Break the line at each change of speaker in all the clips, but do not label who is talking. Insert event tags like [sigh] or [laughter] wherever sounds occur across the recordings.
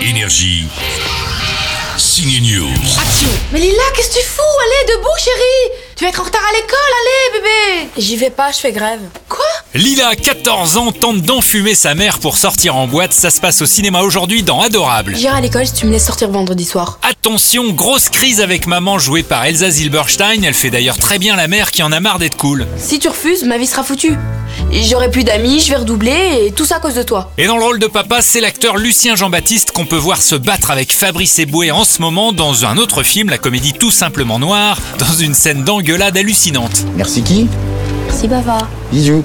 Énergie. Signe News.
Action
Mais Lila, qu'est-ce que tu fous Allez, debout, chérie Tu vas être en retard à l'école, allez, bébé
J'y vais pas, je fais grève.
Quoi
Lila, 14 ans, tente d'enfumer sa mère pour sortir en boîte. Ça se passe au cinéma aujourd'hui dans Adorable.
J'irai à l'école si tu me laisses sortir vendredi soir.
Attention, grosse crise avec maman jouée par Elsa Zilberstein. Elle fait d'ailleurs très bien la mère qui en a marre d'être cool.
Si tu refuses, ma vie sera foutue. J'aurai plus d'amis, je vais redoubler et tout ça à cause de toi.
Et dans le rôle de papa, c'est l'acteur Lucien Jean-Baptiste qu'on peut voir se battre avec Fabrice Eboué en ce moment dans un autre film, la comédie Tout simplement noire, dans une scène d'engueulade hallucinante.
Merci qui
Merci Bava.
Bisous.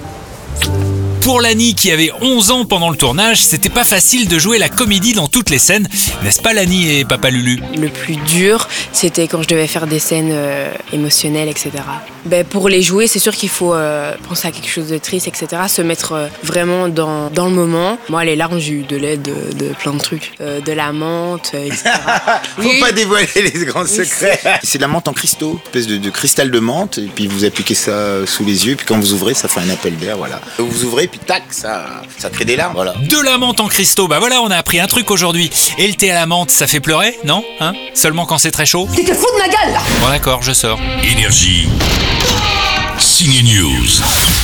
Pour Lani qui avait 11 ans pendant le tournage, c'était pas facile de jouer la comédie dans toutes les scènes, n'est-ce pas Lani et papa Lulu
Le plus dur, c'était quand je devais faire des scènes euh, émotionnelles, etc. Ben, pour les jouer, c'est sûr qu'il faut euh, penser à quelque chose de triste, etc. Se mettre euh, vraiment dans, dans le moment. Moi, les larmes, j'ai eu de l'aide de, de plein de trucs. Euh, de la menthe, euh, etc.
[laughs] Faut pas dévoiler les grands secrets. C'est de la menthe en cristaux, une espèce de, de cristal de menthe, et puis vous appliquez ça sous les yeux, puis quand vous ouvrez, ça fait un appel d'air, voilà. Vous ouvrez, puis tac, ça, ça crée des larmes, voilà.
De la menthe en cristaux, bah voilà, on a appris un truc aujourd'hui. Et le thé à la menthe, ça fait pleurer, non Hein Seulement quand c'est très chaud
Tu te fous de ma gueule là
Bon d'accord, je sors.
Énergie. Signe News.